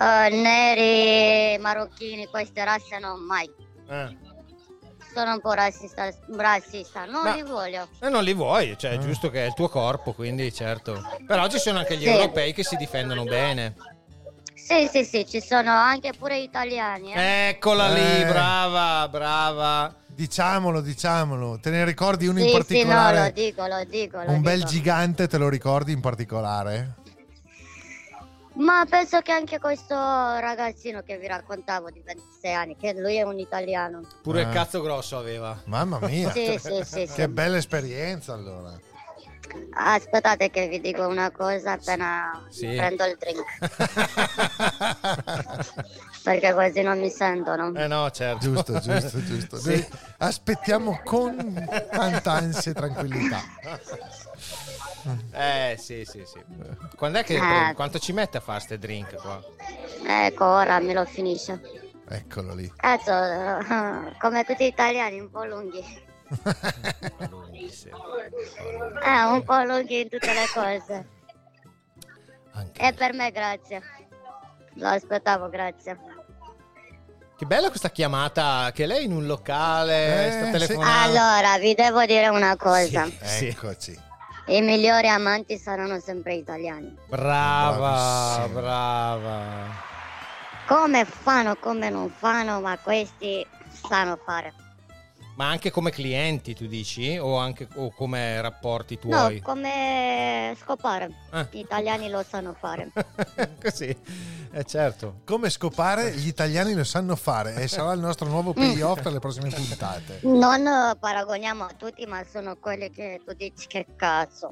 F: eh, neri, marocchini, queste razze no, mai.
B: Ah.
F: Sono un po' razzista, razzista. non
A: Ma-
F: li voglio.
A: E non li vuoi,
B: Ah.
A: cioè è giusto che è il tuo corpo, quindi certo. Però ci sono anche gli
F: Sì.
A: europei che si difendono bene.
F: Sì, sì, sì, ci sono anche pure italiani. eh.
A: Eccola lì,
B: Eh.
A: brava, brava.
B: Diciamolo, diciamolo. Te ne ricordi uno in
F: Sì, sì, no, lo
B: particolare?
F: dico, lo dico. lo
B: un bel
F: dico.
B: gigante, te lo ricordi in particolare?
F: Ma penso che anche questo ragazzino che vi raccontavo di 26 anni, che lui è un italiano.
A: Pure il
B: Ah.
A: cazzo grosso aveva.
B: Mamma mia.
F: Sì, sì, sì, sì.
B: Certo. Che bella esperienza allora.
F: Aspettate che vi dico una cosa appena
B: Sì.
F: prendo il drink. Perché così non mi sentono.
A: Eh no, certo.
B: Giusto, giusto, giusto.
A: Sì.
B: Noi aspettiamo con tanta ansia e tranquillità.
A: Eh sì, sì, sì. Quando è che
F: Eh.
A: quanto ci mette a fare ste drink qua?
F: Ecco, ora me lo finisce.
B: Eccolo lì.
F: Cazzo, eh, come tutti gli italiani, un po' lunghi. Eh, un po' lunghi in tutte le cose. E per me grazie. Lo aspettavo, grazie.
A: Che bella questa chiamata che lei in un
B: Eh,
A: locale sta telefonando. Eh,
F: Allora, vi devo dire una cosa.
A: Sì.
B: Eccoci.
F: I migliori amanti saranno sempre italiani.
A: Brava, brava.
F: Come fanno, come non fanno, ma questi sanno fare.
A: Ma anche come clienti, tu dici? O anche o come rapporti tuoi?
F: No, come scopare.
A: Ah.
F: Gli italiani lo sanno fare.
A: Così, eh, certo.
B: Come scopare, gli italiani lo sanno fare e sarà il nostro
F: Mm.
B: nuovo payoff per le prossime puntate.
F: Non eh, paragoniamo a tutti, ma sono quelli che tu dici che cazzo.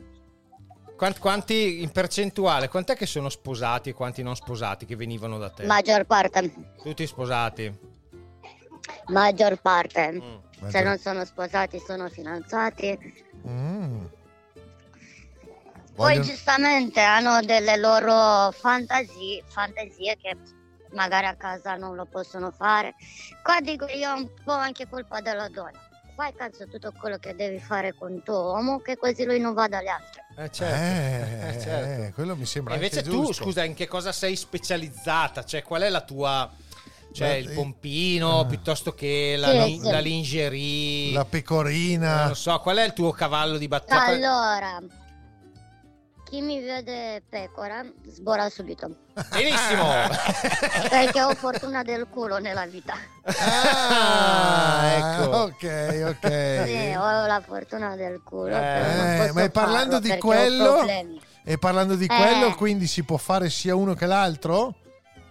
A: Quant- quanti in percentuale? Quant'è che sono sposati e quanti non sposati che venivano da te?
F: Maggior parte,
A: Tutti sposati. Eh,
F: maggior parte. Se
A: Maggior-
F: non sono sposati, sono fidanzati. Poi
B: Vogliono-
F: giustamente hanno delle loro fantasie, fantasie che magari a casa non lo possono fare. Qua dico io è un po' anche colpa della donna. Fai cazzo tutto quello che devi fare con tuo uomo che così lui non va dagli altri.
A: Eh, certo.
B: Eh,
A: Eh, certo.
B: eh, quello mi sembra
A: E invece
B: anche
A: tu,
B: giusto.
A: scusa, in che cosa sei specializzata? Cioè, qual è la tua... Cioè,
B: Beh,
A: il
B: eh,
A: pompino piuttosto che la,
F: Sì,
A: la
F: sì.
A: lingerie.
B: La pecorina.
A: Non eh, lo so, qual è il tuo cavallo di battaglia?
F: Allora, chi mi vede pecora sbora subito.
A: Benissimo!
F: Perché ho fortuna del culo nella vita.
A: Ah, ecco.
B: Ok, ok.
F: Sì, ho la fortuna del culo. Eh, però non
B: Eh,
F: posso
B: ma e parlando
F: farlo
B: di
F: perché ho
B: quello,
F: problemi.
B: e parlando di
F: Eh.
B: quello, quindi si può fare sia uno che l'altro?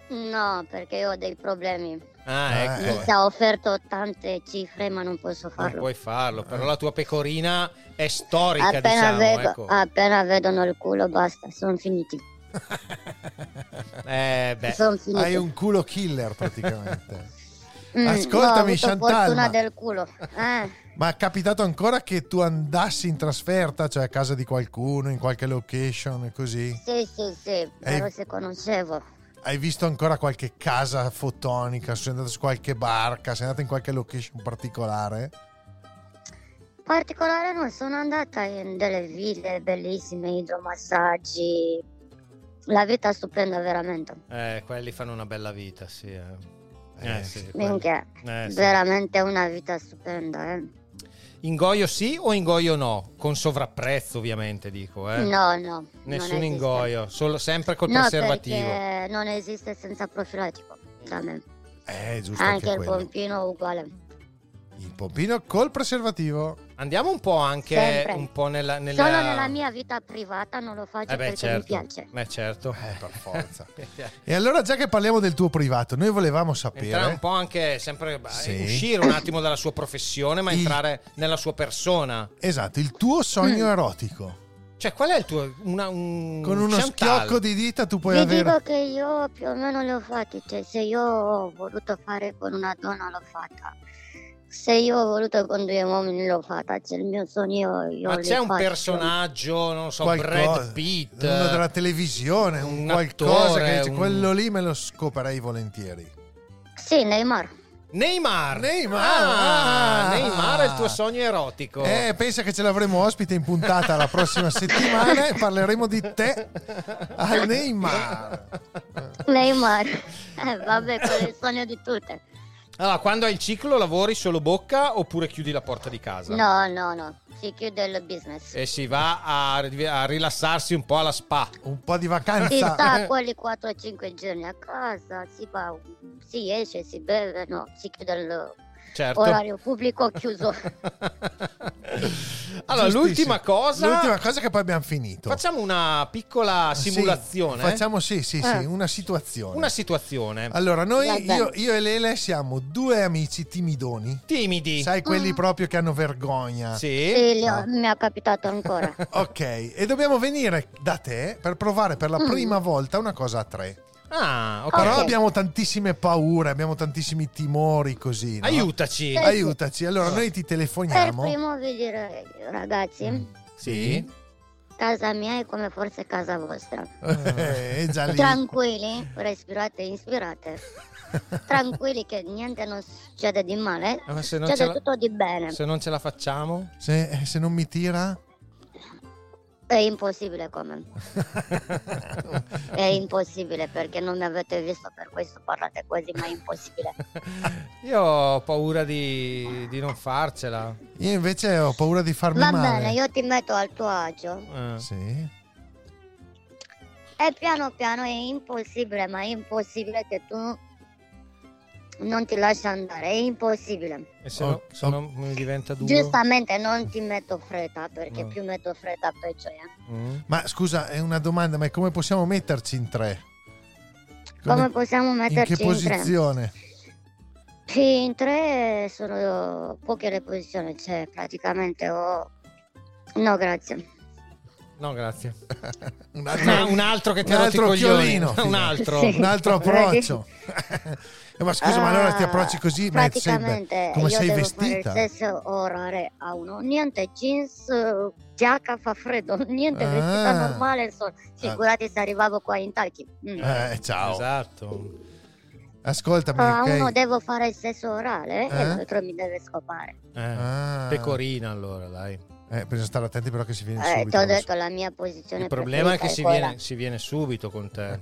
F: No, perché io ho dei problemi.
A: Ah,
B: Eh,
A: ecco.
F: Mi si è offerto tante cifre, ma non posso
A: Non
F: farlo.
A: puoi farlo, però la tua pecorina è storica,
F: appena,
A: diciamo.
F: vedo-
A: ecco.
F: appena vedono il culo, basta, sono finiti.
A: Eh, beh.
F: Sono finiti.
B: Hai un culo killer praticamente.
F: Mm, no, ho
B: Ascoltami,
F: avuto
B: Chantal.
F: fortuna
B: Ma,
F: del culo. Eh,
B: ma è capitato ancora che tu andassi in trasferta, cioè a casa di qualcuno, in qualche location e così?
F: sì, sì, sì, però se conoscevo.
B: Hai visto ancora qualche casa fotonica? Sei andato su qualche barca? Sei andato in qualche location particolare?
F: particolare non sono andata in delle ville bellissime, idromassaggi. La vita è stupenda veramente.
A: Eh, quelli fanno una bella vita, sì. Eh, Eh,
B: Eh,
A: sì,
B: sì.
A: quelli-
F: Minchia,
A: Eh, sì.
F: veramente una vita stupenda. eh.
A: Ingoio sì o ingoio no? Con sovrapprezzo, ovviamente, dico. Eh.
F: No, no. non
A: Nessun
F: esiste.
A: ingoio, solo, sempre col
F: no,
A: preservativo.
F: Perché non esiste senza profilatico. Da me.
B: Eh, giusto anche,
F: Anche il
B: quello.
F: pompino uguale.
B: Il pompino col preservativo.
A: Andiamo un po' anche
F: Sempre.
A: un po' nella... nella...
F: Solo nella mia vita privata non lo faccio
A: Eh beh,
F: perché mi
A: certo.
F: piace.
A: Eh, certo.
B: per forza. E allora, già che parliamo del tuo privato, noi volevamo sapere.
A: Entrare un po' anche, sempre beh,
B: Sì.
A: uscire un attimo dalla sua professione, ma entrare nella sua persona.
B: Esatto, il tuo sogno erotico.
A: Cioè, qual è il tuo. Una, un...
B: Con uno
A: Mm, Chantal?
B: schiocco di dita tu puoi
F: Vi
B: avere.
F: dico che io più o meno le ho fatte, cioè se io ho voluto fare con una donna l'ho fatta, se io ho voluto con due uomini l'ho fatta, c'è il mio sogno io
A: Ma
F: li
A: c'è un
F: faccio.
A: personaggio, non so,
B: Qualcosa-
A: Brad Pitt.
B: uno della televisione, un,
A: un
B: qualcosa
A: attore,
B: che dice,
A: un-
B: quello lì me lo scoperei volentieri.
F: Sì, Neymar.
A: Neymar.
B: Neymar.
A: Ah, Neymar è il tuo sogno erotico.
B: Eh, pensa che ce l'avremo ospite in puntata la prossima settimana e parleremo di te al Neymar.
F: Neymar. Eh, vabbè, quello è il sogno di tutte.
A: Allora, quando hai il ciclo lavori solo bocca oppure chiudi la porta di casa?
F: No, no, no. Si chiude il business.
A: E si va a, a rilassarsi un po' alla spa.
B: Un po' di
F: Si sta
A: eh.
B: vacanza.
F: quelli 4-5 giorni a casa, si va, si esce, si beve, no, si chiude il
A: Certo.
F: orario pubblico chiuso.
A: Allora,
B: Giustissimo.
A: l'ultima cosa.
B: L'ultima cosa che poi abbiamo finito.
A: Facciamo una piccola
B: Sì,
A: simulazione.
B: facciamo sì, sì, sì,
A: Eh.
B: una situazione.
A: Una situazione.
B: Allora, noi, io, io e Lele siamo due amici timidoni.
A: Timidi.
B: Sai, quelli
F: Mm.
B: proprio che hanno vergogna.
F: Sì, li ho-
A: Esatto.
F: mi è capitato ancora.
B: Ok, e dobbiamo venire da te per provare per la
F: Mm.
B: prima volta una cosa a tre.
A: Ah, ok.
B: Però abbiamo tantissime paure, abbiamo tantissimi timori così. no?
F: Eh.
A: Aiutaci.
B: Aiutaci. Allora, noi ti
F: Per
B: telefoniamo.
F: primo vi direi, ragazzi,
A: Mm. Sì.
F: casa mia è come forse casa vostra.
B: Eh, già lì.
F: Tranquilli, respirate, inspirate. Tranquilli che niente non succede di male,
A: Eh, ma se non ce
F: succede
A: la-
F: tutto di bene.
A: Se non ce la facciamo.
B: Se, eh, se non mi tira,
F: È impossibile come. È impossibile perché non mi avete visto, per questo parlate così, ma è impossibile.
A: Io ho paura di, di non farcela.
B: io invece ho paura di farmi
F: Va
B: male.
F: bene, io ti metto al tuo agio.
A: Eh.
B: Sì.
F: E piano piano è impossibile, ma è impossibile che tu non ti lasci andare, è impossibile.
A: E se, no-
B: Oh,
A: se no mi diventa duro.
F: Giustamente non ti metto fretta perché
B: Eh.
A: No.
F: più metto fretta peggio è.
A: Mm.
B: Ma scusa, è una domanda, ma come possiamo metterci in tre?
F: Come possiamo
B: in che
F: metterci in tre?
B: posizione?
F: Sì, in tre sono poche le posizioni, cioè praticamente ho... No, grazie.
A: No, grazie.
B: Un
A: No, un altro che ti
B: un
A: ha rotto i
B: altro
A: coglioni.
B: occhiolino,
A: Un altro.
F: Sì.
B: un altro approccio. Eh, ma scusa, ma allora ti
F: Ah,
B: approcci così? Ma sei be-
F: praticamente
B: come
F: io
B: sei
F: devo
B: vestita?
F: fare il stesso orare a uno. Niente jeans, eh, giacca fa freddo, niente
B: Ah.
F: vestita normale. so- Figurati se arrivavo qua in talchi. Mm.
B: Eh, ciao.
A: Esatto.
B: Ascoltami,
F: a
B: Ah, ok?
F: Ah, uno devo fare il stesso orale
B: Eh?
F: e l'altro mi deve scopare.
A: Eh.
B: Ah.
A: Pecorina allora, dai.
B: Eh, bisogna stare attenti però che si viene
F: Eh, ti
B: subito.
F: ho detto la mia posizione
A: Il problema è che
F: preferita
A: si
F: quella.
A: viene, si viene subito con te.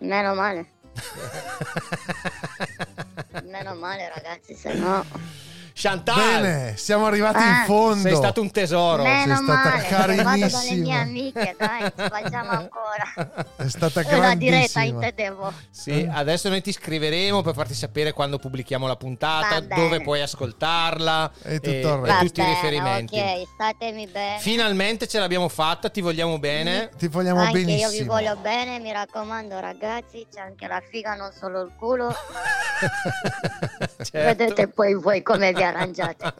F: Meno male, meno male ragazzi, se no...
A: Chantal,
B: Bene, siamo arrivati in
F: Ah.
B: fondo.
A: sei stato un tesoro.
F: Meno
B: sei stata
F: male, che vado dalle mie
B: carinissima.
F: amiche, dai, ci facciamo ancora.
B: È stata
F: Una diretta
B: grandissima.
F: intendevo.
A: Sì, adesso noi ti scriveremo per farti sapere quando pubblichiamo la puntata,
F: Va bene.
A: dove puoi ascoltarla
B: E tutto il resto.
F: Va
A: tutti i
F: bene,
A: riferimenti.
F: Ok, statemi bene.
A: Finalmente ce l'abbiamo fatta, ti vogliamo bene.
B: Ti vogliamo
F: anche
B: benissimo.
F: io vi voglio bene, mi raccomando ragazzi, c'è anche la figa, non solo il culo.
A: Certo.
F: Vedete poi voi come vi arrangiate.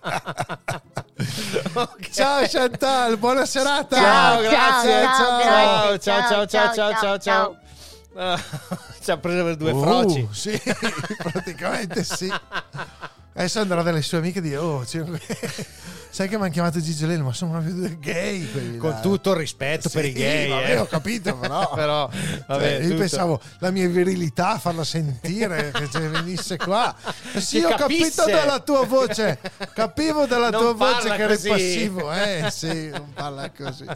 A: Ok.
B: Ciao Chantal, buona serata.
A: Ciao,
F: Ciao,
A: grazie.
F: ciao,
A: Ciao, ciao,
F: grazie,
A: ciao, ciao, ciao, ciao, ciao.
F: ciao,
A: Ci ha preso per due
B: Uh,
A: froci.
B: Sì, praticamente sì. Adesso andrà dalle sue amiche e dire, oh, c'è- sai che mi hanno chiamato Gigi Lello, ma sono proprio due gay quelli là."
A: Con tutto il rispetto per i
B: Sì,
A: gay,
B: vabbè,
A: eh.
B: ho capito, però.
A: Però, vabbè,
B: Cioè, io
A: tutto.
B: pensavo la mia virilità farla sentire che ce venisse qua. Sì,
A: Che
B: ho
A: capisse.
B: capito dalla tua voce. Capivo dalla
A: Non
B: tua voce
A: parla
B: che eri
A: così.
B: passivo. Eh sì, non parla così.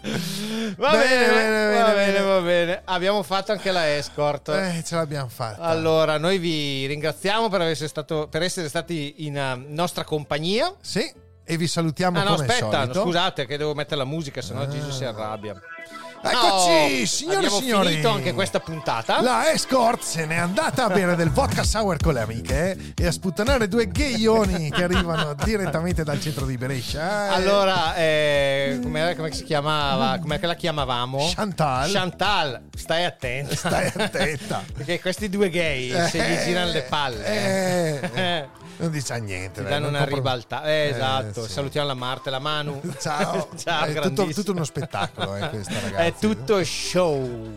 A: Va bene, va bene, esatto. va bene. Abbiamo fatto anche la escort.
B: Eh, ce l'abbiamo fatta.
A: Allora, noi vi ringraziamo per, essere stato- per essere stati in eh, nostra compagnia.
B: Sì, e vi salutiamo
A: Ah no,
B: come al
A: aspetta,
B: solito.
A: scusate che devo mettere la musica, sennò Gigi si arrabbia.
B: Eccoci,
A: No,
B: signore e
A: abbiamo
B: signori.
A: finito anche questa puntata.
B: La escort se n'è andata a bere del vodka sour con le amiche e a sputtanare due ghiaioni che arrivano direttamente dal centro di Brescia.
A: Allora, eh, come, come si chiamava? Come la chiamavamo?
B: Chantal.
A: Chantal, stai attenta.
B: Stai attenta.
A: Perché questi due gay se gli
B: Eh,
A: girano le palle.
B: eh,
A: eh,
B: non dice niente.
A: Ti
B: dai,
A: danno una
B: compro-
A: ribaltata. Eh,
B: Eh,
A: esatto.
B: sì.
A: Salutiamo la Marta e la Manu.
B: Ciao.
A: Ciao,
B: è tutto,
A: grandissimo.
B: tutto uno spettacolo, eh, questo, ragazzi.
A: È tutto show.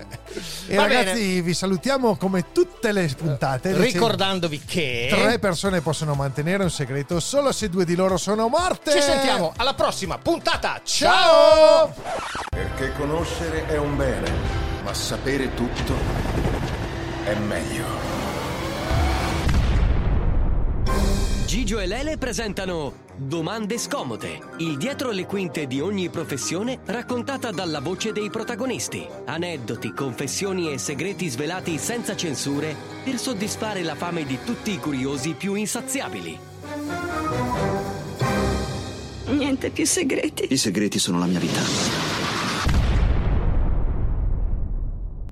B: E
A: Va bene. Eh,
B: ragazzi, vi salutiamo come tutte le puntate. Ricordate
A: ricordandovi che
B: Tre persone possono mantenere un segreto solo se due di loro sono morte.
A: ci sentiamo alla prossima puntata. Ciao!
B: Ciao!
C: Perché conoscere è un bene, ma sapere tutto è meglio.
A: Gigio e Lele presentano Domande scomode, il dietro le quinte di ogni professione raccontata dalla voce dei protagonisti. Aneddoti, confessioni e segreti svelati senza censure per soddisfare la fame di tutti i curiosi più insaziabili.
J: Niente più segreti.
I: I segreti sono la mia vita.